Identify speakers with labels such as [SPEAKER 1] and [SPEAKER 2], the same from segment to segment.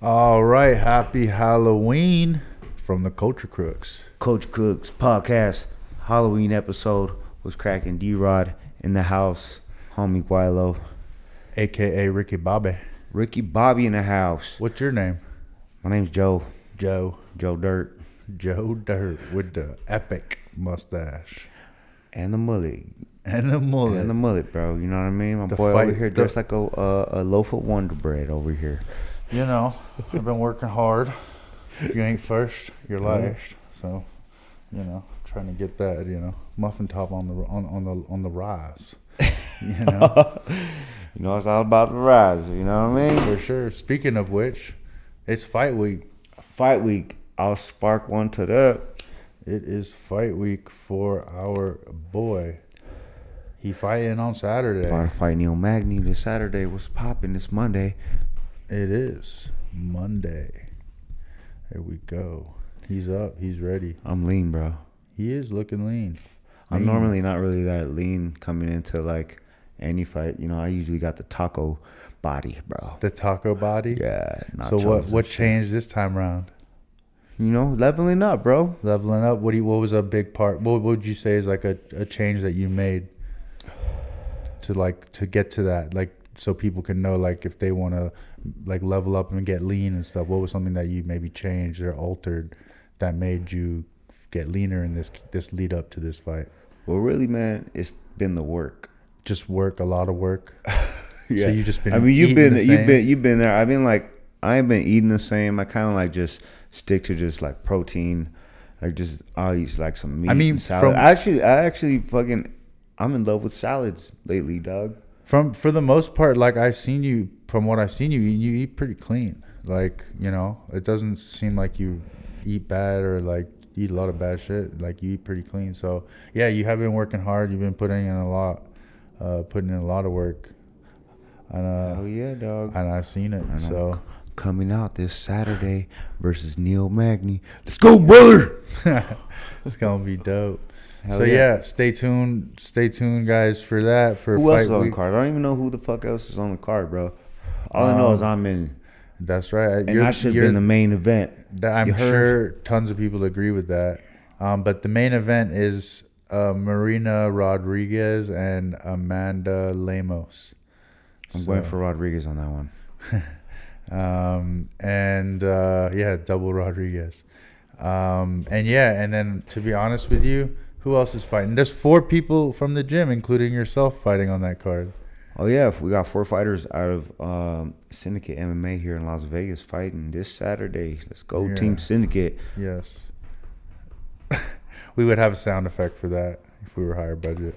[SPEAKER 1] All right, happy Halloween from the Culture Crooks.
[SPEAKER 2] Coach Cook's podcast Halloween episode was cracking. D Rod in the house, homie Guilo,
[SPEAKER 1] aka Ricky Bobby.
[SPEAKER 2] Ricky Bobby in the house.
[SPEAKER 1] What's your name?
[SPEAKER 2] My name's Joe,
[SPEAKER 1] Joe.
[SPEAKER 2] Joe Dirt,
[SPEAKER 1] Joe Dirt with the epic mustache
[SPEAKER 2] and the mullet,
[SPEAKER 1] and the mullet.
[SPEAKER 2] and the mullet, bro. You know what I mean? My
[SPEAKER 1] The
[SPEAKER 2] boy over
[SPEAKER 1] fight-
[SPEAKER 2] here
[SPEAKER 1] the-
[SPEAKER 2] dressed like a, a a loaf of Wonder Bread over here.
[SPEAKER 1] you know, I've been working hard. If you ain't first, you're last. So, you know, trying to get that, you know, muffin top on the on, on the on the rise. You know,
[SPEAKER 2] You know, it's all about the rise. You know what I mean?
[SPEAKER 1] for sure. Speaking of which, it's fight week.
[SPEAKER 2] Fight week, I'll spark one to the
[SPEAKER 1] It is fight week for our boy. He fighting on Saturday.
[SPEAKER 2] About to fight Neil Magny this Saturday. What's popping this Monday?
[SPEAKER 1] It is Monday. There we go. He's up. He's ready.
[SPEAKER 2] I'm lean, bro.
[SPEAKER 1] He is looking lean.
[SPEAKER 2] I'm
[SPEAKER 1] Lean.
[SPEAKER 2] normally not really that lean coming into like any fight. You know, I usually got the taco body, bro.
[SPEAKER 1] The taco body.
[SPEAKER 2] Yeah.
[SPEAKER 1] So
[SPEAKER 2] nachos
[SPEAKER 1] what
[SPEAKER 2] and
[SPEAKER 1] what
[SPEAKER 2] shit.
[SPEAKER 1] changed this time around?
[SPEAKER 2] You know, leveling up, bro.
[SPEAKER 1] Leveling up. What do you, what was a big part? What would you say is like a, a change that you made to like to get to that like so people can know like if they want to like level up and get lean and stuff. What was something that you maybe changed or altered that made you get leaner in this this lead up to this fight?
[SPEAKER 2] Well, really, man, it's been the work.
[SPEAKER 1] Just work a lot of work. So you just been.
[SPEAKER 2] I mean, you've
[SPEAKER 1] eating
[SPEAKER 2] been
[SPEAKER 1] the
[SPEAKER 2] you've
[SPEAKER 1] same?
[SPEAKER 2] been you've been there. I've been like I ain't been eating the same. I kind of like just stick to just like protein, like just I'll eat like some meat.
[SPEAKER 1] mean,
[SPEAKER 2] and
[SPEAKER 1] from-
[SPEAKER 2] salad. actually, I actually fucking I'm in love with salads lately, dog.
[SPEAKER 1] from for the most part like i've seen you from what i've seen you eat you eat pretty clean like you know it doesn't seem like you eat bad or like eat a lot of bad shit like you eat pretty clean so yeah you have been working hard you've been putting in a lot uh putting in a lot of work and uh
[SPEAKER 2] Oh yeah, dog.
[SPEAKER 1] and i've seen it so
[SPEAKER 2] Coming out this Saturday versus Neil Magny. Let's go, brother.
[SPEAKER 1] it's gonna be dope
[SPEAKER 2] Hell
[SPEAKER 1] so yeah.
[SPEAKER 2] yeah.
[SPEAKER 1] stay tuned stay tuned guys for that for
[SPEAKER 2] Who else is
[SPEAKER 1] fight
[SPEAKER 2] on the
[SPEAKER 1] week
[SPEAKER 2] card? I don't even know who the fuck else is on the card, bro. All I know is I'm in,
[SPEAKER 1] that's right
[SPEAKER 2] and I should have been the main event.
[SPEAKER 1] Th- I'm
[SPEAKER 2] You
[SPEAKER 1] sure
[SPEAKER 2] heard?
[SPEAKER 1] tons of people agree with that. Um, but the main event is uh, Marina Rodriguez and Amanda Lemos.
[SPEAKER 2] I'm going for Rodriguez on that one.
[SPEAKER 1] Um, and uh, yeah, double Rodriguez. Um, and yeah, and then to be honest with you, who else is fighting? There's four people from the gym, including yourself, fighting on that card.
[SPEAKER 2] Oh yeah, we got four fighters out of um, Syndicate MMA here in Las Vegas fighting this Saturday. Let's go,
[SPEAKER 1] Yeah.
[SPEAKER 2] Team Syndicate.
[SPEAKER 1] Yes. we would have a sound effect for that if we were higher budget.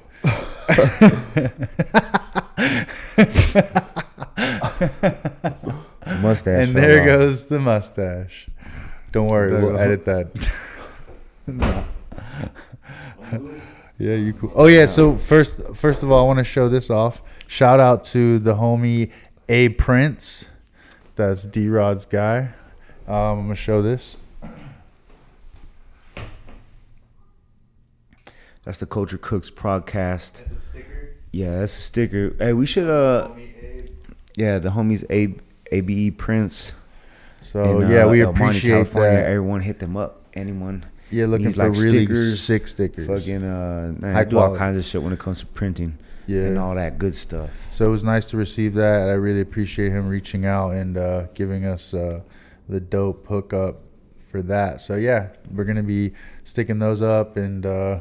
[SPEAKER 2] Mustache.
[SPEAKER 1] and
[SPEAKER 2] fell
[SPEAKER 1] there
[SPEAKER 2] off.
[SPEAKER 1] goes the mustache. Don't worry,
[SPEAKER 2] There
[SPEAKER 1] we'll
[SPEAKER 2] go-
[SPEAKER 1] edit that. No. yeah, you cool. Oh yeah, so first first of all, I want to show this off. Shout out to the homie A Prince. That's D Rod's guy. Um, I'm gonna show this.
[SPEAKER 2] That's the Culture Cooks podcast.
[SPEAKER 3] It's a sticker.
[SPEAKER 2] Yeah, that's a sticker. Hey, we should uh,
[SPEAKER 3] Homie Abe.
[SPEAKER 2] yeah, the homies Abe ABE E Prince.
[SPEAKER 1] So
[SPEAKER 2] in,
[SPEAKER 1] yeah,
[SPEAKER 2] uh,
[SPEAKER 1] we
[SPEAKER 2] El Monte,
[SPEAKER 1] appreciate
[SPEAKER 2] California.
[SPEAKER 1] that.
[SPEAKER 2] Everyone hit them up. Anyone.
[SPEAKER 1] Yeah, looking
[SPEAKER 2] Needs,
[SPEAKER 1] for
[SPEAKER 2] like,
[SPEAKER 1] really
[SPEAKER 2] stickers,
[SPEAKER 1] sick stickers.
[SPEAKER 2] Fucking uh, man,
[SPEAKER 1] High
[SPEAKER 2] I do all
[SPEAKER 1] quality.
[SPEAKER 2] kinds of shit when it comes to printing
[SPEAKER 1] yeah.
[SPEAKER 2] and all that good stuff.
[SPEAKER 1] So it was nice to receive that. I really appreciate him reaching out and uh, giving us uh, the dope hookup for that. So yeah, we're gonna be sticking those up and uh,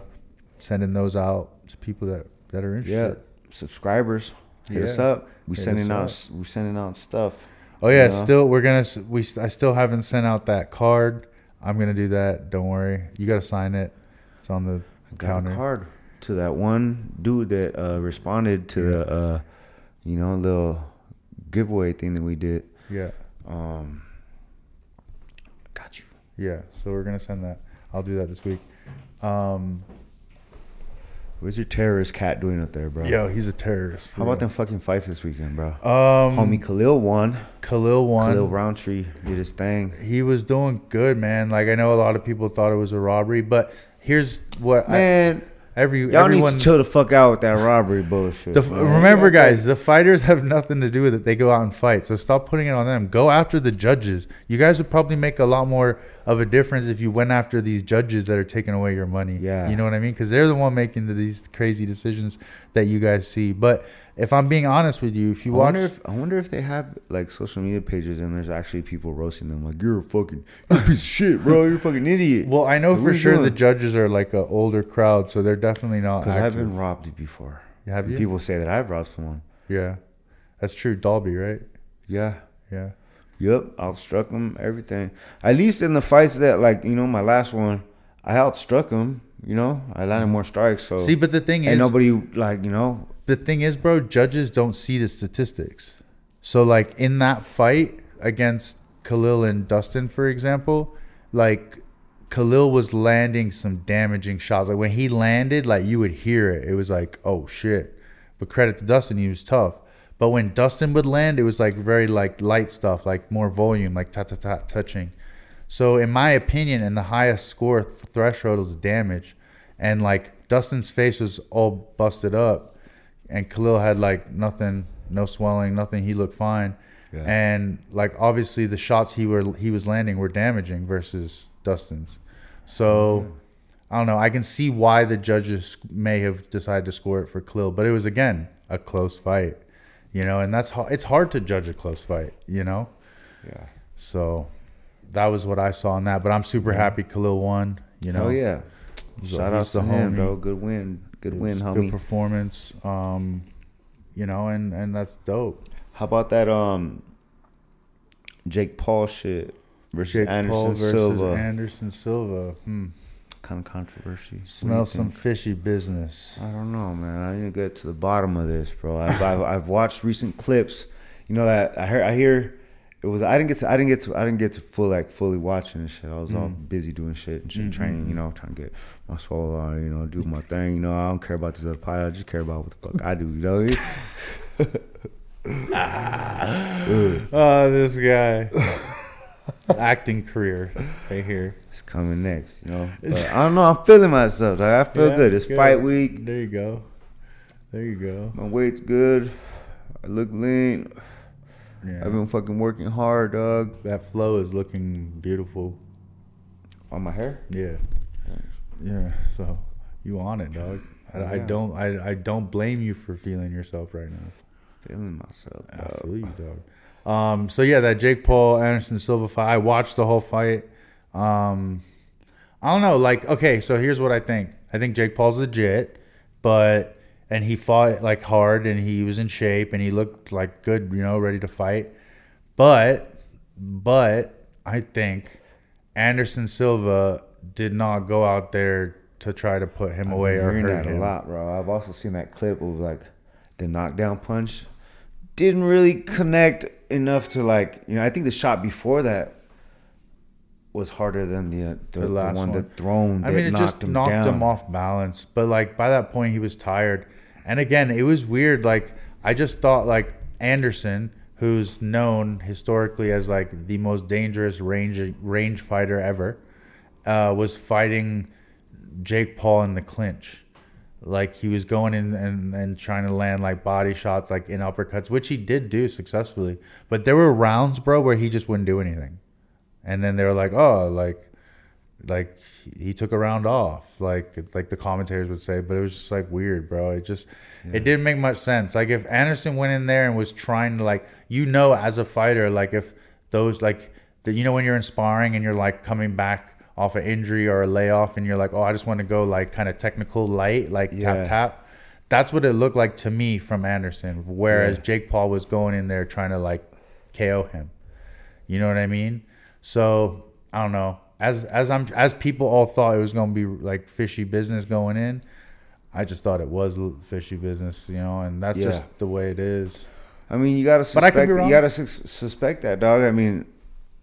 [SPEAKER 1] sending those out to people that that are
[SPEAKER 2] Yeah,
[SPEAKER 1] interested.
[SPEAKER 2] subscribers, hit us
[SPEAKER 1] Yeah.
[SPEAKER 2] up. We
[SPEAKER 1] Hit
[SPEAKER 2] sending
[SPEAKER 1] us
[SPEAKER 2] out
[SPEAKER 1] up.
[SPEAKER 2] s- we sending out stuff.
[SPEAKER 1] Oh yeah,
[SPEAKER 2] Yeah.
[SPEAKER 1] still we're gonna s- we s- I still haven't sent out that card. I'm gonna do that. Don't worry, you gotta sign it. It's on the
[SPEAKER 2] got a
[SPEAKER 1] counter.
[SPEAKER 2] card to that one dude that uh, responded to the uh, you know little giveaway thing that we did.
[SPEAKER 1] Yeah,
[SPEAKER 2] Um, got you.
[SPEAKER 1] yeah. So we're gonna send that. I'll do that this week. Um,
[SPEAKER 2] What's your terrorist cat doing up there, bro?
[SPEAKER 1] yo, he's a terrorist. for
[SPEAKER 2] How about
[SPEAKER 1] real.
[SPEAKER 2] them fucking fights this weekend, bro?
[SPEAKER 1] Um,
[SPEAKER 2] Homie Khalil won.
[SPEAKER 1] Khalil won.
[SPEAKER 2] Khalil Roundtree did his thing.
[SPEAKER 1] he was doing good, man. Like I know a lot of people thought it was a robbery, but here's what I,
[SPEAKER 2] Man,
[SPEAKER 1] Every
[SPEAKER 2] Y'all
[SPEAKER 1] everyone.
[SPEAKER 2] need to chill the fuck out with that robbery bullshit.
[SPEAKER 1] the, f-
[SPEAKER 2] man.
[SPEAKER 1] remember, guys, the fighters have nothing to do with it. They go out and fight, so stop putting it on them. Go after the judges. You guys would probably make a lot more of a difference if you went after these judges that are taking away your money.
[SPEAKER 2] Yeah.
[SPEAKER 1] you know what I mean? Because they're the one making the, these crazy decisions that you guys see. But if I'm being honest with you, if you
[SPEAKER 2] I
[SPEAKER 1] watch,
[SPEAKER 2] wonder if I wonder if they have like social media pages and there's actually people roasting them like you're a fucking you're a piece of shit, bro. You're a fucking idiot.
[SPEAKER 1] well, I know
[SPEAKER 2] What are
[SPEAKER 1] for
[SPEAKER 2] you
[SPEAKER 1] sure the
[SPEAKER 2] doing?
[SPEAKER 1] judges are like an older crowd, so they're definitely not.
[SPEAKER 2] Because I've
[SPEAKER 1] Active.
[SPEAKER 2] been robbed before.
[SPEAKER 1] Have
[SPEAKER 2] And
[SPEAKER 1] you?
[SPEAKER 2] People say that I've robbed someone.
[SPEAKER 1] Yeah, that's true. Dolby, right?
[SPEAKER 2] Yeah.
[SPEAKER 1] Yeah.
[SPEAKER 2] Yep. Outstruck them. Everything. At least in the fights that like you know my last one, I outstruck him. You know I landed more strikes. So
[SPEAKER 1] Mm-hmm. See, but the thing
[SPEAKER 2] ain't
[SPEAKER 1] is,
[SPEAKER 2] nobody like you know
[SPEAKER 1] the thing is, bro, judges don't see the statistics. So, like in that fight against Khalil and Dustin, for example, like Khalil was landing some damaging shots. Like when he landed, like you would hear it. It was like, oh shit. But credit to Dustin, he was tough. But when Dustin would land, it was like very like light stuff, like more volume, like ta ta ta touching. So in my opinion, and the highest score th- threshold is damage, and like Dustin's face was all busted up, and Khalil had like nothing, no swelling, nothing. He looked fine,
[SPEAKER 2] Yeah.
[SPEAKER 1] and like obviously the shots he were he was landing were damaging versus Dustin's. So I don't know. I can see why the judges may have decided to score it for Khalil, but it was again a close fight, you know, and that's ho- it's hard to judge a close fight, you know.
[SPEAKER 2] yeah
[SPEAKER 1] So that was what I saw in that. But I'm super happy Khalil won. You know,
[SPEAKER 2] oh yeah
[SPEAKER 1] He's a-
[SPEAKER 2] shout out
[SPEAKER 1] he's
[SPEAKER 2] to
[SPEAKER 1] the
[SPEAKER 2] him
[SPEAKER 1] homie.
[SPEAKER 2] bro good win good
[SPEAKER 1] It
[SPEAKER 2] win
[SPEAKER 1] was
[SPEAKER 2] homie
[SPEAKER 1] Good performance. Um, you know, and and that's dope.
[SPEAKER 2] How about that um Jake Paul shit versus
[SPEAKER 1] Jake
[SPEAKER 2] Anderson
[SPEAKER 1] Paul versus
[SPEAKER 2] Silva?
[SPEAKER 1] Anderson Silva. Hmm.
[SPEAKER 2] kind of controversy. What do you
[SPEAKER 1] Smells some
[SPEAKER 2] think?
[SPEAKER 1] fishy business.
[SPEAKER 2] I don't know, man. I need to get to the bottom of this, bro. I've, I've, I've watched recent clips. You know that I hear I hear it was. I didn't get to. I didn't get to. I didn't get to full like fully watching and shit. I was all busy doing shit and shit, training. You know, trying to get my swallow. on, You know, do my thing. You know, I don't care about this other fight. I just care about what the fuck I do. You know. what I mean? Ah.
[SPEAKER 1] Oh, this guy. Acting career right here.
[SPEAKER 2] It's coming next, you know. But I don't know. I'm feeling myself. Like, I feel
[SPEAKER 1] Yeah,
[SPEAKER 2] good. It's
[SPEAKER 1] good.
[SPEAKER 2] fight week.
[SPEAKER 1] There you go. There you go.
[SPEAKER 2] My weight's good. I look lean.
[SPEAKER 1] Yeah.
[SPEAKER 2] I've been fucking working hard, dog.
[SPEAKER 1] that flow is looking beautiful.
[SPEAKER 2] On my hair?
[SPEAKER 1] Yeah. Yeah. So you on it, dog. I, I
[SPEAKER 2] Yeah.
[SPEAKER 1] don't. I, I don't blame you for feeling yourself right now.
[SPEAKER 2] Feeling myself.
[SPEAKER 1] I
[SPEAKER 2] dog.
[SPEAKER 1] feel you, dog. Um. So yeah, that Jake Paul Anderson Silva fight. I watched the whole fight. Um. I don't know. Like, okay. So here's what I think. I think Jake Paul's legit, but and he fought like hard and he was in shape and he looked like good. You know, ready to fight. But but I think Anderson Silva did not go out there to try to put him away or
[SPEAKER 2] Hearing
[SPEAKER 1] hurt
[SPEAKER 2] that
[SPEAKER 1] him.
[SPEAKER 2] a lot, bro. I've also seen that clip of like the knockdown punch didn't really connect enough to like you know. I think the shot before that was harder than the uh, the, the
[SPEAKER 1] last
[SPEAKER 2] one,
[SPEAKER 1] one.
[SPEAKER 2] that thrown.
[SPEAKER 1] I
[SPEAKER 2] that
[SPEAKER 1] mean, it
[SPEAKER 2] knocked
[SPEAKER 1] just
[SPEAKER 2] him
[SPEAKER 1] knocked
[SPEAKER 2] down.
[SPEAKER 1] him off balance. But like by that point, he was tired. And again, it was weird. Like I just thought, like Anderson, who's known historically as like the most dangerous range range fighter ever, uh, was fighting Jake Paul in the clinch. Like he was going in and, and trying to land like body shots, like in uppercuts, which he did do successfully. But there were rounds, bro, where he just wouldn't do anything. And then they were like, oh, like like he took a round off like like the commentators would say but it was just like weird bro it just it didn't make much sense like if anderson went in there and was trying to like you know as a fighter like if those like the, you know when you're in sparring and you're like coming back off an injury or a layoff and you're like oh i just want to go like kind of technical light like
[SPEAKER 2] Yeah.
[SPEAKER 1] tap tap that's what it looked like to me from anderson whereas jake paul was going in there trying to like ko him you know what I mean? So I don't know. As as I'm as people all thought it was gonna be like fishy business going in, I just thought it was l- fishy business, you know, and that's
[SPEAKER 2] Yeah.
[SPEAKER 1] just the way it is.
[SPEAKER 2] I mean, you gotta
[SPEAKER 1] But I
[SPEAKER 2] suspect.
[SPEAKER 1] could be wrong.
[SPEAKER 2] You gotta sus suspect that, dog. I mean,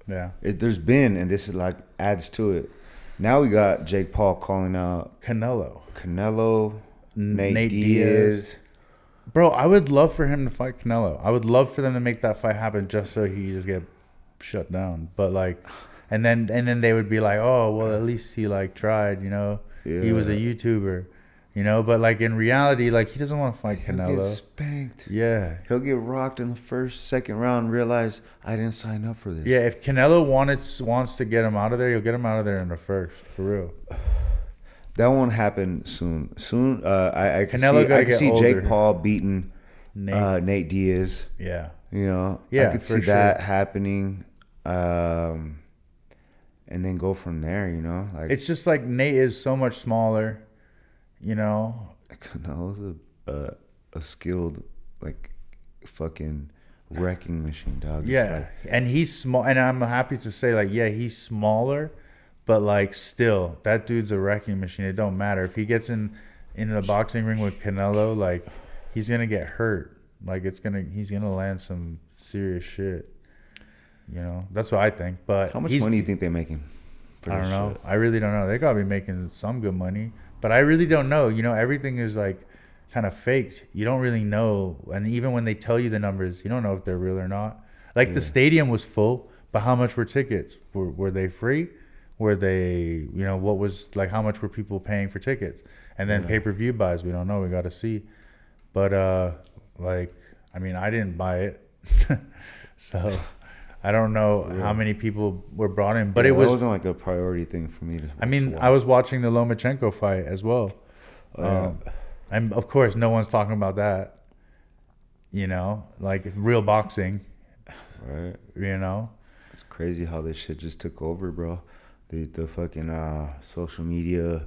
[SPEAKER 1] Yeah,
[SPEAKER 2] it, there's been, and this is like adds to it. Now we got Jake Paul calling out
[SPEAKER 1] Canelo,
[SPEAKER 2] Canelo,
[SPEAKER 1] N-
[SPEAKER 2] Nate, Diaz.
[SPEAKER 1] bro. I would love for him to fight Canelo. I would love for them to make that fight happen just so he just get shut down. But like, and then and then they would be like, oh well, at least he like tried, you know, he was a YouTuber. You know, but like in reality, like he doesn't want to fight
[SPEAKER 2] He'll get
[SPEAKER 1] Canelo.
[SPEAKER 2] spanked.
[SPEAKER 1] Yeah.
[SPEAKER 2] He'll get rocked in the first, second round. and Realize I didn't sign up for this.
[SPEAKER 1] Yeah, if Canelo wanted, wants to get him out of there, he'll get him out of there in the first, for real.
[SPEAKER 2] That won't happen soon. Soon, uh, I, I can
[SPEAKER 1] Canelo
[SPEAKER 2] see,
[SPEAKER 1] gotta
[SPEAKER 2] I can
[SPEAKER 1] get
[SPEAKER 2] see
[SPEAKER 1] older.
[SPEAKER 2] Jake Paul beating
[SPEAKER 1] Nate.
[SPEAKER 2] Uh, Nate Diaz.
[SPEAKER 1] Yeah.
[SPEAKER 2] You know,
[SPEAKER 1] Yeah,
[SPEAKER 2] I could see
[SPEAKER 1] for
[SPEAKER 2] that happening, um, and then go from there. You know, like
[SPEAKER 1] It's just like Nate is so much smaller, you know?
[SPEAKER 2] Canelo's a, a a skilled like fucking wrecking machine, dog. It's
[SPEAKER 1] Yeah. And he's small. And I'm happy to say, like, yeah, he's smaller, but like, still, that dude's a wrecking machine. It don't matter. If he gets in in a boxing ring with Canelo, like, he's going to get hurt. Like, it's going to, he's going to land some serious shit. You know? That's what I think. But
[SPEAKER 2] Like, how much
[SPEAKER 1] he's-
[SPEAKER 2] money do you think they're making? for
[SPEAKER 1] I
[SPEAKER 2] this
[SPEAKER 1] don't know.
[SPEAKER 2] shit?
[SPEAKER 1] I really don't know. They gotta be making some good money, but I really don't know. You know, everything is like kind of faked. You don't really know, and even when they tell you the numbers, you don't know if they're real or not. Like the stadium was full, but how much were tickets? Were were they free? Were they, you know, what was like? How much were people paying for tickets? And then pay per view buys, we don't know. We gotta see. But uh, like, I mean, I didn't buy it, so. I don't know how many people were brought in, but
[SPEAKER 2] Yeah,
[SPEAKER 1] it was
[SPEAKER 2] that wasn't like a priority thing for me to.
[SPEAKER 1] I
[SPEAKER 2] to
[SPEAKER 1] mean,
[SPEAKER 2] watch.
[SPEAKER 1] I was watching the Lomachenko fight as well.
[SPEAKER 2] Oh, yeah.
[SPEAKER 1] Um, and of course, no one's talking about that. You know, like real boxing.
[SPEAKER 2] right.
[SPEAKER 1] You know,
[SPEAKER 2] It's crazy how this shit just took over, bro. The the fucking uh, social media.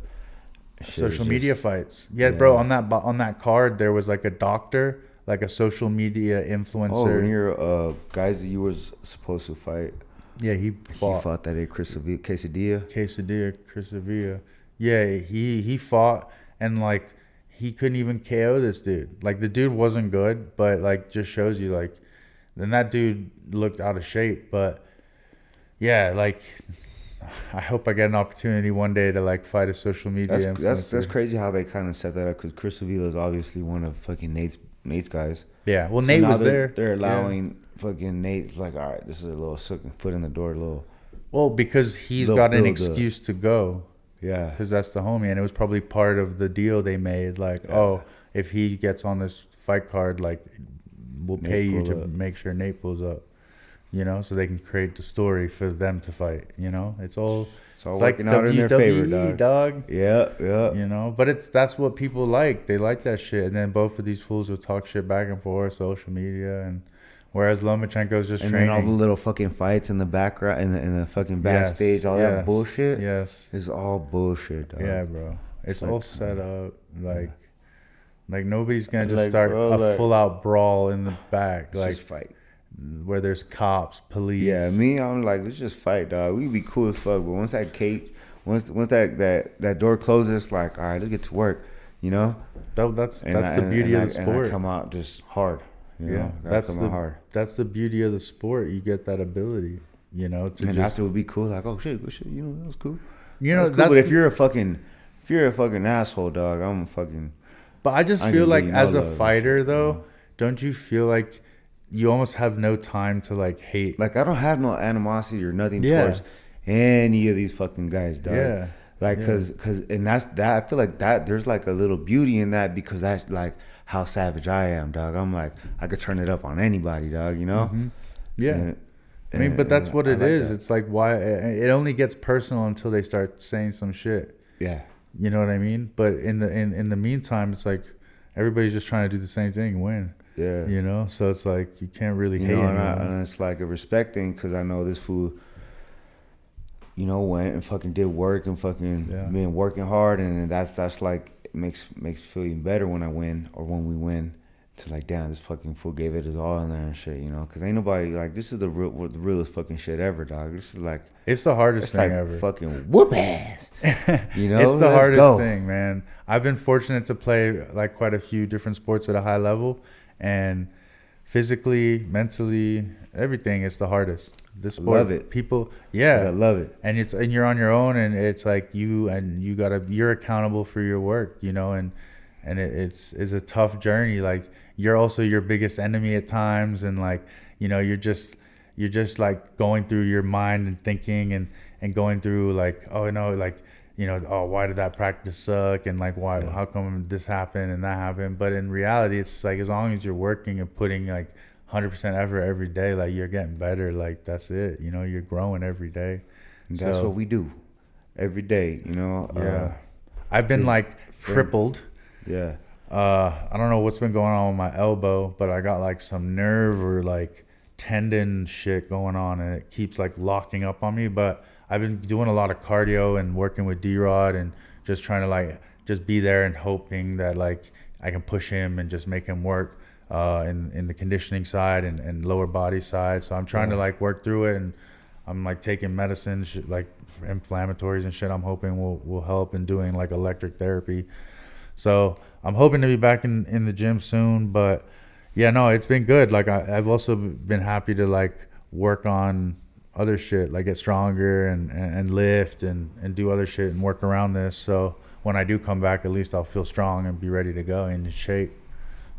[SPEAKER 2] shit is
[SPEAKER 1] social
[SPEAKER 2] just-
[SPEAKER 1] media fights. Yeah, bro.
[SPEAKER 2] Yeah.
[SPEAKER 1] On that bo- on that card, there was like a doctor, like a social media
[SPEAKER 2] Oh, when
[SPEAKER 1] influencer.
[SPEAKER 2] you're uh, guys that you was supposed to fight,
[SPEAKER 1] yeah, he
[SPEAKER 2] he
[SPEAKER 1] fought,
[SPEAKER 2] fought that day, Chris Avila- Quesadilla.
[SPEAKER 1] Quesadilla Chris Avila. Yeah, he he fought and like he couldn't even KO this dude. Like the dude wasn't good, but like just shows you like then that dude looked out of shape, but yeah, like I hope I get an opportunity one day to like fight a social media
[SPEAKER 2] That's
[SPEAKER 1] influencer.
[SPEAKER 2] that's that's crazy how they kind of set that up because Chris Avila is obviously one of fucking Nate's Nate's guys.
[SPEAKER 1] yeah. Well,
[SPEAKER 2] So
[SPEAKER 1] Nate
[SPEAKER 2] now
[SPEAKER 1] was
[SPEAKER 2] they're-
[SPEAKER 1] there.
[SPEAKER 2] They're
[SPEAKER 1] Yeah.
[SPEAKER 2] allowing fucking Nate's like, all right, this is a little suck- foot in the door, a little.
[SPEAKER 1] Well, because he's
[SPEAKER 2] They'll
[SPEAKER 1] got an
[SPEAKER 2] build a-
[SPEAKER 1] excuse to go.
[SPEAKER 2] Yeah,
[SPEAKER 1] because that's the homie, and it was probably part of the deal they made. Like, oh, if he gets on this fight card, like, we'll
[SPEAKER 2] Nate
[SPEAKER 1] pay you
[SPEAKER 2] pull
[SPEAKER 1] to
[SPEAKER 2] up.
[SPEAKER 1] make sure Nate pulls up. You know, so they can create the story for them to fight. You know, it's all
[SPEAKER 2] it's all
[SPEAKER 1] it's like
[SPEAKER 2] working out in
[SPEAKER 1] WWE,
[SPEAKER 2] their favor, dog. Uh.
[SPEAKER 1] dog.
[SPEAKER 2] Yeah, yeah.
[SPEAKER 1] You know, but it's that's what people like. They like that shit, and then both of these fools will talk shit back and forth, social media, and whereas Lomachenko's just
[SPEAKER 2] And
[SPEAKER 1] training.
[SPEAKER 2] then all the little fucking fights in the background, in the, in the fucking
[SPEAKER 1] Yes,
[SPEAKER 2] backstage, all
[SPEAKER 1] yes,
[SPEAKER 2] that bullshit
[SPEAKER 1] Yes,
[SPEAKER 2] is all bullshit, dog.
[SPEAKER 1] Yeah, bro. It's,
[SPEAKER 2] It's like-
[SPEAKER 1] all set up. Like, like nobody's gonna just
[SPEAKER 2] Like,
[SPEAKER 1] start a
[SPEAKER 2] bro, like-
[SPEAKER 1] full out brawl in the back,
[SPEAKER 2] Let's
[SPEAKER 1] like
[SPEAKER 2] just fight.
[SPEAKER 1] where there's cops, police.
[SPEAKER 2] Yeah, me, I'm like, let's just fight, dog. We be cool as fuck, but once that cage, once once that that that door closes, it's like, all right, let's get to work, you know.
[SPEAKER 1] That, that's
[SPEAKER 2] And
[SPEAKER 1] that's
[SPEAKER 2] I-
[SPEAKER 1] the
[SPEAKER 2] and-
[SPEAKER 1] beauty
[SPEAKER 2] and
[SPEAKER 1] of the
[SPEAKER 2] I- and I
[SPEAKER 1] sport.
[SPEAKER 2] come out just hard. You
[SPEAKER 1] yeah,
[SPEAKER 2] know? I
[SPEAKER 1] that's
[SPEAKER 2] come
[SPEAKER 1] the
[SPEAKER 2] out hard.
[SPEAKER 1] that's the beauty of the sport. You get that ability, you know, to
[SPEAKER 2] And
[SPEAKER 1] just
[SPEAKER 2] after it would be cool, like, oh shit, good shit, you know, that was cool.
[SPEAKER 1] you know
[SPEAKER 2] That was cool,
[SPEAKER 1] that's.
[SPEAKER 2] but if you're a fucking, if you're a fucking asshole, dog, I'm a fucking.
[SPEAKER 1] But I just
[SPEAKER 2] I
[SPEAKER 1] feel
[SPEAKER 2] can
[SPEAKER 1] like
[SPEAKER 2] be
[SPEAKER 1] as a
[SPEAKER 2] mellow and
[SPEAKER 1] fighter
[SPEAKER 2] shit,
[SPEAKER 1] though, don't you feel like you almost have no time to like hate?
[SPEAKER 2] Like I don't have no animosity or nothing
[SPEAKER 1] Yeah.
[SPEAKER 2] towards any of these fucking guys, dog.
[SPEAKER 1] Yeah.
[SPEAKER 2] Like,
[SPEAKER 1] Yeah.
[SPEAKER 2] cause, cause, and that's that. I feel like that. There's like a little beauty in that because that's like how savage I am, dog. I'm like I could turn it up on anybody, dog. You know?
[SPEAKER 1] Mm-hmm. yeah.
[SPEAKER 2] And-
[SPEAKER 1] I mean, but
[SPEAKER 2] and
[SPEAKER 1] that's what
[SPEAKER 2] I
[SPEAKER 1] it is.
[SPEAKER 2] like that.
[SPEAKER 1] It's like why it only gets personal until they start saying some shit.
[SPEAKER 2] Yeah.
[SPEAKER 1] You know what I mean? But in the in, in the meantime, it's like everybody's just trying to do the same thing and win.
[SPEAKER 2] Yeah.
[SPEAKER 1] You know, so it's like you can't really
[SPEAKER 2] You
[SPEAKER 1] hate
[SPEAKER 2] know, and, I,
[SPEAKER 1] anyone.
[SPEAKER 2] and it's like a respect thing because I know this fool, you know, went and fucking did work and fucking
[SPEAKER 1] Yeah.
[SPEAKER 2] been working hard, and that's that's like it makes makes me feel even better when I win or when we win. To like, damn, this fucking fool gave it his all in there and shit, you know? Because ain't nobody like this is the real the realest fucking shit ever, dog. This is like
[SPEAKER 1] It's the hardest
[SPEAKER 2] it's
[SPEAKER 1] thing
[SPEAKER 2] like
[SPEAKER 1] ever.
[SPEAKER 2] fucking whoop ass, you know?
[SPEAKER 1] it's the
[SPEAKER 2] Let's
[SPEAKER 1] hardest
[SPEAKER 2] go.
[SPEAKER 1] thing, man. I've been fortunate to play like quite a few different sports at a high level, and physically, mentally, everything is the hardest. This sport,
[SPEAKER 2] Love it.
[SPEAKER 1] people,
[SPEAKER 2] I
[SPEAKER 1] yeah,
[SPEAKER 2] love it.
[SPEAKER 1] and it's and you're on your own and it's like you and you gotta you're accountable for your work you know and and it, it's it's a tough journey like you're also your biggest enemy at times and like you know you're just you're just like going through your mind and thinking and and going through like oh no like you know, oh, why did that practice suck? And like, why, how come this happened and that happened? But in reality, it's like as long as you're working and putting like 100% effort every day, like you're getting better. Like that's it. You know, you're growing every day.
[SPEAKER 2] And that's
[SPEAKER 1] So-
[SPEAKER 2] what we do every day. You know.
[SPEAKER 1] Yeah.
[SPEAKER 2] Uh,
[SPEAKER 1] I've been like crippled.
[SPEAKER 2] yeah.
[SPEAKER 1] Uh, I don't know what's been going on with my elbow, but I got like some nerve or like tendon shit going on and it keeps like locking up on me. But I've been doing a lot of cardio and working with D Rod and just trying to like just be there and hoping that like I can push him and just make him work uh, in, in the conditioning side and, and lower body side. So I'm trying to like work through it and I'm like taking medicine, sh- like inflammatories and shit. I'm hoping will, will help and doing like electric therapy. So I'm hoping to be back in, in the gym soon. But yeah, no, it's been good. Like I, I've also been happy to like work on other shit, like get stronger and, and, and lift and, and do other shit and work around this. So when I do come back, at least I'll feel strong and be ready to go and in shape.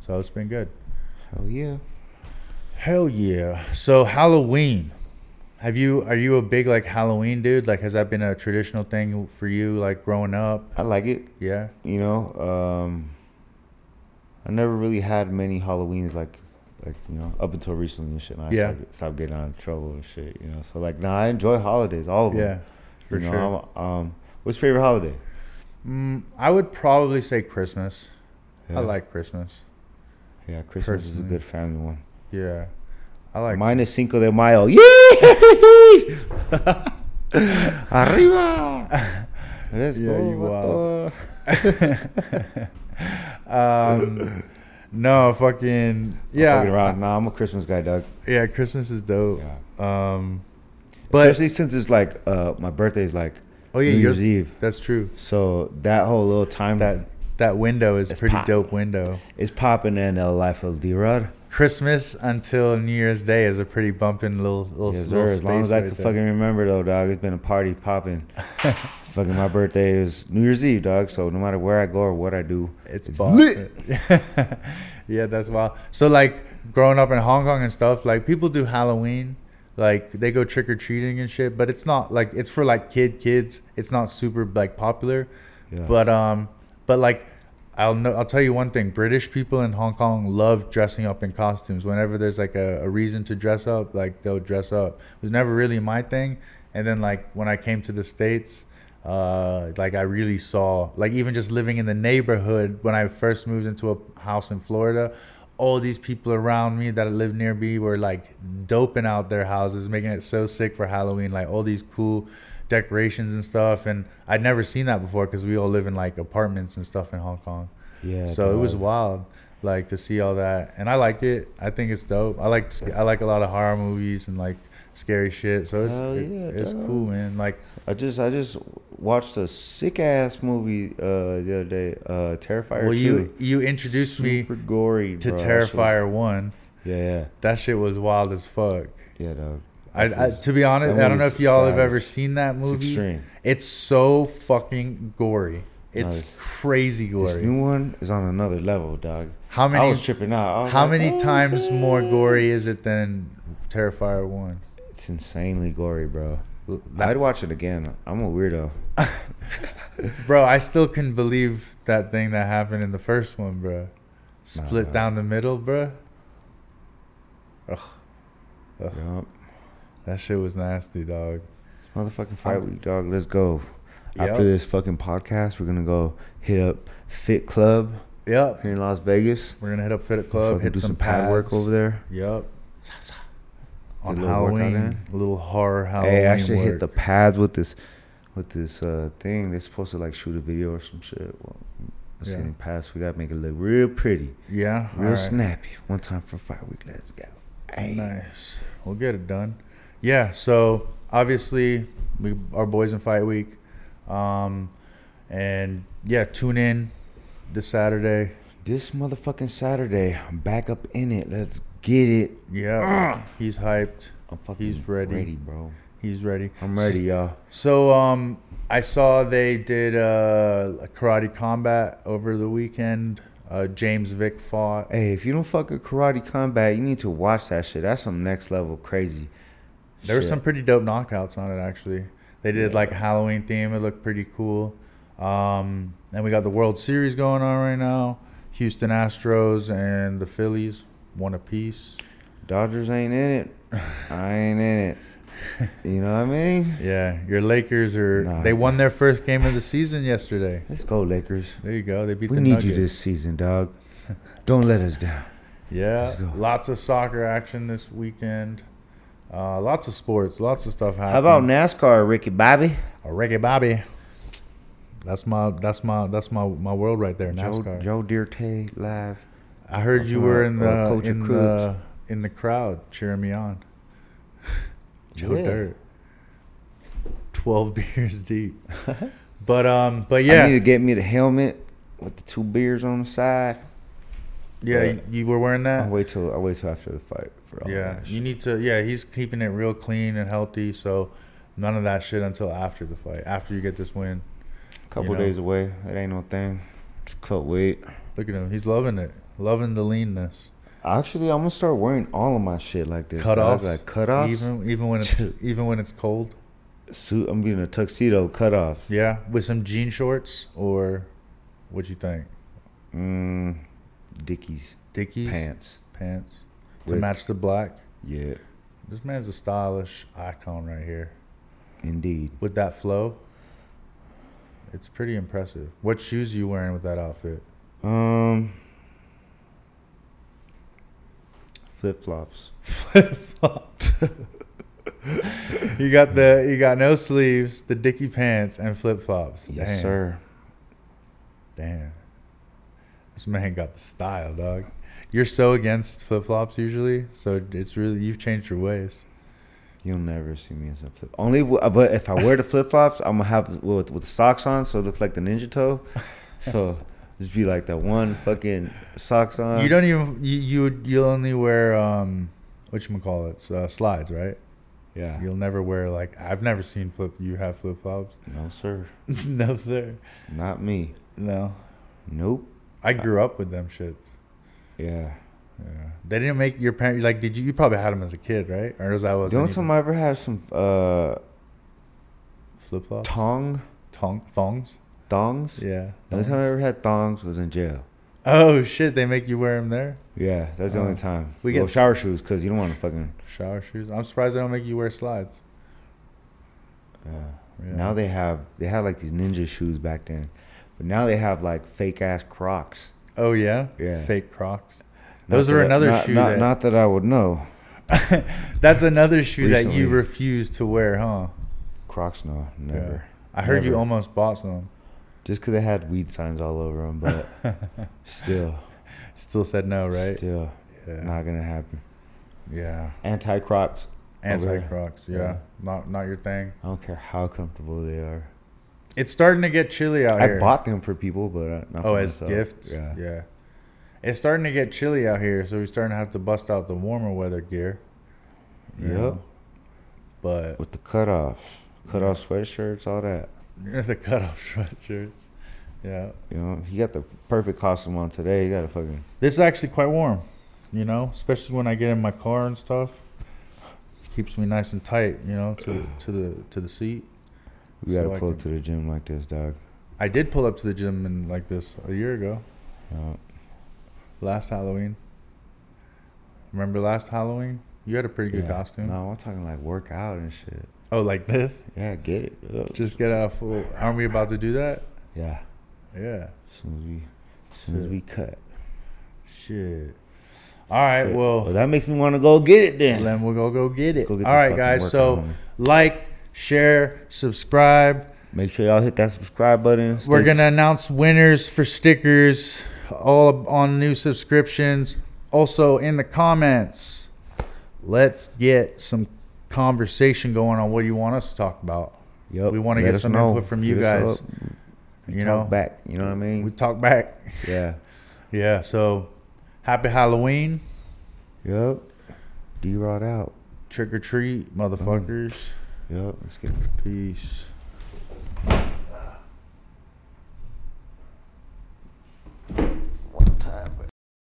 [SPEAKER 1] So it's been good.
[SPEAKER 2] Hell yeah.
[SPEAKER 1] Hell yeah. So Halloween. Have you are you a big like Halloween dude? Like has that been a traditional thing for you like growing up?
[SPEAKER 2] I like it.
[SPEAKER 1] Yeah.
[SPEAKER 2] You know. Um, I never really had many Halloweens like. Like you know, up until recently and shit, and I
[SPEAKER 1] Yeah.
[SPEAKER 2] stopped, stopped getting out of trouble and shit. You know, so like now I enjoy holidays, all of
[SPEAKER 1] Yeah.
[SPEAKER 2] them.
[SPEAKER 1] For
[SPEAKER 2] Oh, you know,
[SPEAKER 1] sure.
[SPEAKER 2] I'm, um, what's your favorite holiday?
[SPEAKER 1] Mm, I would probably say Christmas.
[SPEAKER 2] Yeah.
[SPEAKER 1] I like Christmas.
[SPEAKER 2] Yeah, Christmas is a
[SPEAKER 1] Personally.
[SPEAKER 2] good family one.
[SPEAKER 1] Yeah, I like.
[SPEAKER 2] Mine is Cinco de Mayo. Yeah! Arriba! Let's
[SPEAKER 1] Yeah,
[SPEAKER 2] go,
[SPEAKER 1] you
[SPEAKER 2] vato.
[SPEAKER 1] um, no fucking
[SPEAKER 2] I'm
[SPEAKER 1] yeah,
[SPEAKER 2] fucking around. Nah, I'm a Christmas guy, Doug.
[SPEAKER 1] yeah. Christmas is dope.
[SPEAKER 2] Yeah.
[SPEAKER 1] Um, but
[SPEAKER 2] Especially since it's like uh, my birthday is like
[SPEAKER 1] oh yeah,
[SPEAKER 2] New Year's
[SPEAKER 1] you're,
[SPEAKER 2] Eve.
[SPEAKER 1] that's true.
[SPEAKER 2] So that whole little time
[SPEAKER 1] That that window is
[SPEAKER 2] It's
[SPEAKER 1] pretty
[SPEAKER 2] pop.
[SPEAKER 1] dope window.
[SPEAKER 2] is popping in the life of D-Rod.
[SPEAKER 1] Christmas until New Year's Day is a pretty bumping little little,
[SPEAKER 2] Yes,
[SPEAKER 1] little
[SPEAKER 2] sir. As long
[SPEAKER 1] space
[SPEAKER 2] as I
[SPEAKER 1] right
[SPEAKER 2] can
[SPEAKER 1] there.
[SPEAKER 2] fucking remember, though, dog, it's been a party popping. fucking my birthday is New Year's Eve, dog. So no matter where I go or what I do,
[SPEAKER 1] It's,
[SPEAKER 2] It's
[SPEAKER 1] bomb.
[SPEAKER 2] lit.
[SPEAKER 1] yeah, that's wild. So like growing up in Hong Kong and stuff, like people do Halloween, like they go trick or treating and shit, but it's not like it's for like kid kids. It's not super like popular,
[SPEAKER 2] Yeah.
[SPEAKER 1] but um, but like I'll know, I'll tell you one thing: British people in Hong Kong love dressing up in costumes. Whenever there's like a, a reason to dress up, like they'll dress up. It was never really my thing, and then like when I came to the states, uh, like I really saw like even just living in the neighborhood when I first moved into a house in Florida. All these people around me that live near me were like doping out their houses, making it so sick for Halloween. Like all these cool decorations and stuff and i'd never seen that before because we all live in like apartments and stuff in hong kong
[SPEAKER 2] yeah.
[SPEAKER 1] so it was
[SPEAKER 2] dog.
[SPEAKER 1] wild like to see all that and i liked it i think it's dope i like sc- i like a lot of horror movies and like scary shit so it's
[SPEAKER 2] Hell
[SPEAKER 1] it-
[SPEAKER 2] yeah,
[SPEAKER 1] it's
[SPEAKER 2] dog.
[SPEAKER 1] cool man like
[SPEAKER 2] I just I just watched a sick ass movie uh, the other day, uh, Terrifier.
[SPEAKER 1] well
[SPEAKER 2] 2.
[SPEAKER 1] you you introduced me
[SPEAKER 2] Super gory
[SPEAKER 1] to
[SPEAKER 2] bro. That shit was-
[SPEAKER 1] terrifier one
[SPEAKER 2] Yeah, yeah,
[SPEAKER 1] that shit was wild as fuck
[SPEAKER 2] yeah, dog. That
[SPEAKER 1] I, I,
[SPEAKER 2] was-
[SPEAKER 1] to be honest,
[SPEAKER 2] that
[SPEAKER 1] I don't know
[SPEAKER 2] movie's
[SPEAKER 1] if y'all have
[SPEAKER 2] savage.
[SPEAKER 1] ever seen that
[SPEAKER 2] it's
[SPEAKER 1] movie. It's,
[SPEAKER 2] extreme.
[SPEAKER 1] so fucking gory. It's
[SPEAKER 2] Nice.
[SPEAKER 1] crazy
[SPEAKER 2] This
[SPEAKER 1] gory.
[SPEAKER 2] new one is on another level, dog.
[SPEAKER 1] How many
[SPEAKER 2] I was tripping out. I was
[SPEAKER 1] How
[SPEAKER 2] like,
[SPEAKER 1] many
[SPEAKER 2] "Oh,
[SPEAKER 1] times more
[SPEAKER 2] shit."
[SPEAKER 1] gory is it than Terrifier one?
[SPEAKER 2] It's insanely gory, bro.
[SPEAKER 1] L-
[SPEAKER 2] I'd watch it again. I'm a weirdo.
[SPEAKER 1] Bro, I still couldn't believe that thing that happened in the first one, bro. Split
[SPEAKER 2] Nah.
[SPEAKER 1] down the middle, bro.
[SPEAKER 2] Yup.
[SPEAKER 1] That shit was nasty, dog.
[SPEAKER 2] Motherfucking fight
[SPEAKER 1] I'm-
[SPEAKER 2] week, dog. Let's go.
[SPEAKER 1] Yep.
[SPEAKER 2] After this fucking podcast, we're gonna go hit up Fit Club
[SPEAKER 1] Yep.
[SPEAKER 2] here in Las Vegas.
[SPEAKER 1] We're gonna hit up Fit It Club,
[SPEAKER 2] Fucking
[SPEAKER 1] hit
[SPEAKER 2] do
[SPEAKER 1] some,
[SPEAKER 2] pad work over
[SPEAKER 1] there.
[SPEAKER 2] there.
[SPEAKER 1] Yep. On
[SPEAKER 2] A little workout
[SPEAKER 1] Halloween,
[SPEAKER 2] there.
[SPEAKER 1] a little horror Halloween.
[SPEAKER 2] Hey, I should hit
[SPEAKER 1] work.
[SPEAKER 2] the pads with this, with this uh, thing. They're supposed to like shoot a video or some shit. Well, let's
[SPEAKER 1] Yeah.
[SPEAKER 2] see any pads. We gotta make it look real pretty,
[SPEAKER 1] yeah,
[SPEAKER 2] real
[SPEAKER 1] alright.
[SPEAKER 2] snappy. One time for five week. Let's go. Hey.
[SPEAKER 1] Nice. We'll get it done. Yeah. So obviously, we our boys in fight week, um, and yeah, tune in this Saturday.
[SPEAKER 2] This motherfucking Saturday, I'm back up in it. Let's get it.
[SPEAKER 1] Yeah, he's hyped.
[SPEAKER 2] I'm fucking
[SPEAKER 1] He's ready.
[SPEAKER 2] bro.
[SPEAKER 1] He's ready.
[SPEAKER 2] I'm ready, y'all.
[SPEAKER 1] So um, I saw they did uh, a karate combat over the weekend. Uh, James Vick fought.
[SPEAKER 2] Hey, if you don't fuck with karate combat, you need to watch that shit. That's some next level crazy.
[SPEAKER 1] There were
[SPEAKER 2] shit.
[SPEAKER 1] some pretty dope knockouts on it actually. They did like a Halloween theme. It looked pretty cool. Um, and we got the World Series going on right now. Houston Astros and the Phillies one apiece.
[SPEAKER 2] Dodgers ain't in it. I ain't in it. You know what I mean?
[SPEAKER 1] Yeah, your Lakers are.
[SPEAKER 2] Nah.
[SPEAKER 1] They won their first game of the season yesterday.
[SPEAKER 2] Let's go, Lakers.
[SPEAKER 1] There you go. They beat
[SPEAKER 2] We
[SPEAKER 1] the
[SPEAKER 2] need
[SPEAKER 1] Nuggets.
[SPEAKER 2] you this season, dog. Don't let us down.
[SPEAKER 1] Yeah,
[SPEAKER 2] Let's go.
[SPEAKER 1] lots of soccer action this weekend. Uh, lots of sports, lots of stuff happening.
[SPEAKER 2] How about NASCAR, Ricky Bobby?
[SPEAKER 1] Uh, Ricky Bobby? That's my that's my that's my my world right there. NASCAR.
[SPEAKER 2] Joe, Joe Dirte live.
[SPEAKER 1] I heard you were in
[SPEAKER 2] Or- or
[SPEAKER 1] the
[SPEAKER 2] Coach
[SPEAKER 1] in
[SPEAKER 2] Cruz.
[SPEAKER 1] the in the crowd cheering me on. Joe
[SPEAKER 2] Yeah.
[SPEAKER 1] Dirt. Twelve beers deep. but um, but
[SPEAKER 2] Yeah. I need
[SPEAKER 1] yeah,
[SPEAKER 2] to get me the helmet with the two beers on the side.
[SPEAKER 1] yeah, you, you were wearing
[SPEAKER 2] I'll
[SPEAKER 1] that.
[SPEAKER 2] wait till I wait till after the fight for all
[SPEAKER 1] Yeah,
[SPEAKER 2] that.
[SPEAKER 1] you
[SPEAKER 2] shit.
[SPEAKER 1] need to. Yeah, he's keeping it real clean and healthy. So none of that shit until after the fight. After you get this win.
[SPEAKER 2] couple
[SPEAKER 1] you know.
[SPEAKER 2] days away. It ain't no thing. Just cut weight.
[SPEAKER 1] Look at him. He's loving it. Loving the leanness.
[SPEAKER 2] Actually, I'm gonna start wearing all of my shit like this.
[SPEAKER 1] Cut
[SPEAKER 2] dog.
[SPEAKER 1] offs?
[SPEAKER 2] like cut offs.
[SPEAKER 1] Even even when it's even when it's cold.
[SPEAKER 2] Suit. I'm getting a tuxedo cut off.
[SPEAKER 1] Yeah, with some jean shorts or what you think?
[SPEAKER 2] Mm, Dickies
[SPEAKER 1] Dickies
[SPEAKER 2] pants.
[SPEAKER 1] pants to
[SPEAKER 2] With-
[SPEAKER 1] match the black.
[SPEAKER 2] Yeah,
[SPEAKER 1] This man's a stylish icon right here.
[SPEAKER 2] indeed.
[SPEAKER 1] With that flow, it's pretty impressive. What shoes you wearing with that outfit?
[SPEAKER 2] Um, flip flops.
[SPEAKER 1] Flip flop. you got the you got no sleeves, the dicky pants, and flip flops.
[SPEAKER 2] Yes, sir.
[SPEAKER 1] Damn. This man got the style, dog. You're so against flip flops usually, so it's really you've changed your ways.
[SPEAKER 2] You'll never see me as a flip. Only, w- uh, but if I wear the flip flops, I'm gonna have with, with socks on, so it looks like the ninja toe. So just be like that one fucking socks on.
[SPEAKER 1] you don't even you you you'll only wear um what you call it uh, slides, right?
[SPEAKER 2] Yeah.
[SPEAKER 1] You'll never wear like I've never seen flip. You have flip flops?
[SPEAKER 2] No, sir.
[SPEAKER 1] no sir.
[SPEAKER 2] Not me.
[SPEAKER 1] No.
[SPEAKER 2] Nope.
[SPEAKER 1] I grew up with them shits.
[SPEAKER 2] Yeah.
[SPEAKER 1] Yeah. They didn't make your parents like. Did you? You probably had them as a kid, right? Or was I was
[SPEAKER 2] The only time I ever had some uh,
[SPEAKER 1] flip flops,
[SPEAKER 2] tong
[SPEAKER 1] tong thongs.
[SPEAKER 2] thongs.
[SPEAKER 1] Yeah.
[SPEAKER 2] The only time I
[SPEAKER 1] thongs.
[SPEAKER 2] ever had thongs was in jail.
[SPEAKER 1] Oh shit! They make you wear them there.
[SPEAKER 2] Yeah, that's the
[SPEAKER 1] Oh.
[SPEAKER 2] only time.
[SPEAKER 1] We
[SPEAKER 2] We
[SPEAKER 1] get
[SPEAKER 2] get
[SPEAKER 1] s-
[SPEAKER 2] shower shoes because you don't want to fucking.
[SPEAKER 1] Shower shoes. I'm surprised they don't make you wear slides.
[SPEAKER 2] Yeah.
[SPEAKER 1] Yeah.
[SPEAKER 2] uh, Now they have they had like these ninja shoes back then, but now they have like fake ass Crocs.
[SPEAKER 1] Oh yeah.
[SPEAKER 2] Yeah.
[SPEAKER 1] Fake Crocs.
[SPEAKER 2] Not
[SPEAKER 1] Those are
[SPEAKER 2] that I-
[SPEAKER 1] another
[SPEAKER 2] not,
[SPEAKER 1] shoe
[SPEAKER 2] Not,
[SPEAKER 1] that-
[SPEAKER 2] not that I would know.
[SPEAKER 1] That's another shoe that you
[SPEAKER 2] Recently.
[SPEAKER 1] refuse to wear, huh?
[SPEAKER 2] Crocs, no, never.
[SPEAKER 1] I heard you
[SPEAKER 2] Never.
[SPEAKER 1] almost bought some.
[SPEAKER 2] Just because they had weed signs all over them, but still,
[SPEAKER 1] Still said no, right?
[SPEAKER 2] still
[SPEAKER 1] Yeah.
[SPEAKER 2] not gonna happen.
[SPEAKER 1] yeah.
[SPEAKER 2] Anti Crocs.
[SPEAKER 1] Anti
[SPEAKER 2] Okay.
[SPEAKER 1] Crocs. Yeah.
[SPEAKER 2] Yeah.
[SPEAKER 1] Not not your thing.
[SPEAKER 2] I don't care how comfortable they are.
[SPEAKER 1] It's starting to get chilly out
[SPEAKER 2] I
[SPEAKER 1] here.
[SPEAKER 2] bought them for people, but uh, not
[SPEAKER 1] oh,
[SPEAKER 2] for
[SPEAKER 1] as
[SPEAKER 2] myself.
[SPEAKER 1] gifts.
[SPEAKER 2] Yeah.
[SPEAKER 1] Yeah. It's starting to get chilly out here, so we're starting to have to bust out the warmer weather gear. you
[SPEAKER 2] Yep.
[SPEAKER 1] know? But
[SPEAKER 2] With the cutoff, cutoff sweatshirts, all that.
[SPEAKER 1] the cutoff sweatshirts. Yeah.
[SPEAKER 2] You know, he got the perfect costume on today. He got a fucking
[SPEAKER 1] This is actually quite warm, you know, especially when I get in my car and stuff. Keeps me nice and tight, you know, to to the to the seat.
[SPEAKER 2] We gotta
[SPEAKER 1] So I
[SPEAKER 2] pull
[SPEAKER 1] can-
[SPEAKER 2] to the gym like this, dog.
[SPEAKER 1] I did pull up to the gym in like this a year ago,
[SPEAKER 2] Uh,
[SPEAKER 1] last Halloween. Remember last Halloween? You had a pretty good
[SPEAKER 2] yeah.
[SPEAKER 1] costume.
[SPEAKER 2] No, I'm talking like workout and shit.
[SPEAKER 1] Oh, like this?
[SPEAKER 2] Yeah, get it. dog.
[SPEAKER 1] Just get out full. Aren't we about to do that?
[SPEAKER 2] yeah.
[SPEAKER 1] Yeah.
[SPEAKER 2] As soon as we, as soon as
[SPEAKER 1] Shit.
[SPEAKER 2] we cut.
[SPEAKER 1] Shit. All right.
[SPEAKER 2] Shit.
[SPEAKER 1] Well,
[SPEAKER 2] that makes me want to go get it then.
[SPEAKER 1] then we'll go go get it.
[SPEAKER 2] Go get
[SPEAKER 1] All
[SPEAKER 2] this
[SPEAKER 1] right,
[SPEAKER 2] fucking
[SPEAKER 1] guys.
[SPEAKER 2] workout,
[SPEAKER 1] So
[SPEAKER 2] homie.
[SPEAKER 1] like, share, subscribe.
[SPEAKER 2] Make sure y'all hit that subscribe button.
[SPEAKER 1] We're
[SPEAKER 2] Stay-
[SPEAKER 1] gonna announce winners for stickers, all on new subscriptions. Also in the comments, let's get some conversation going on. What do you want us to talk about?
[SPEAKER 2] Yup,
[SPEAKER 1] we wanna
[SPEAKER 2] let
[SPEAKER 1] get
[SPEAKER 2] us
[SPEAKER 1] some
[SPEAKER 2] know.
[SPEAKER 1] input from you
[SPEAKER 2] Hit
[SPEAKER 1] guys,
[SPEAKER 2] us up.
[SPEAKER 1] You
[SPEAKER 2] Talk
[SPEAKER 1] know,
[SPEAKER 2] back. You know what I mean?
[SPEAKER 1] we talk back.
[SPEAKER 2] yeah.
[SPEAKER 1] Yeah. So, happy Halloween,
[SPEAKER 2] Yup. D rod out.
[SPEAKER 1] trick or treat, motherfuckers.
[SPEAKER 2] Yup. Let's get.
[SPEAKER 1] Peace.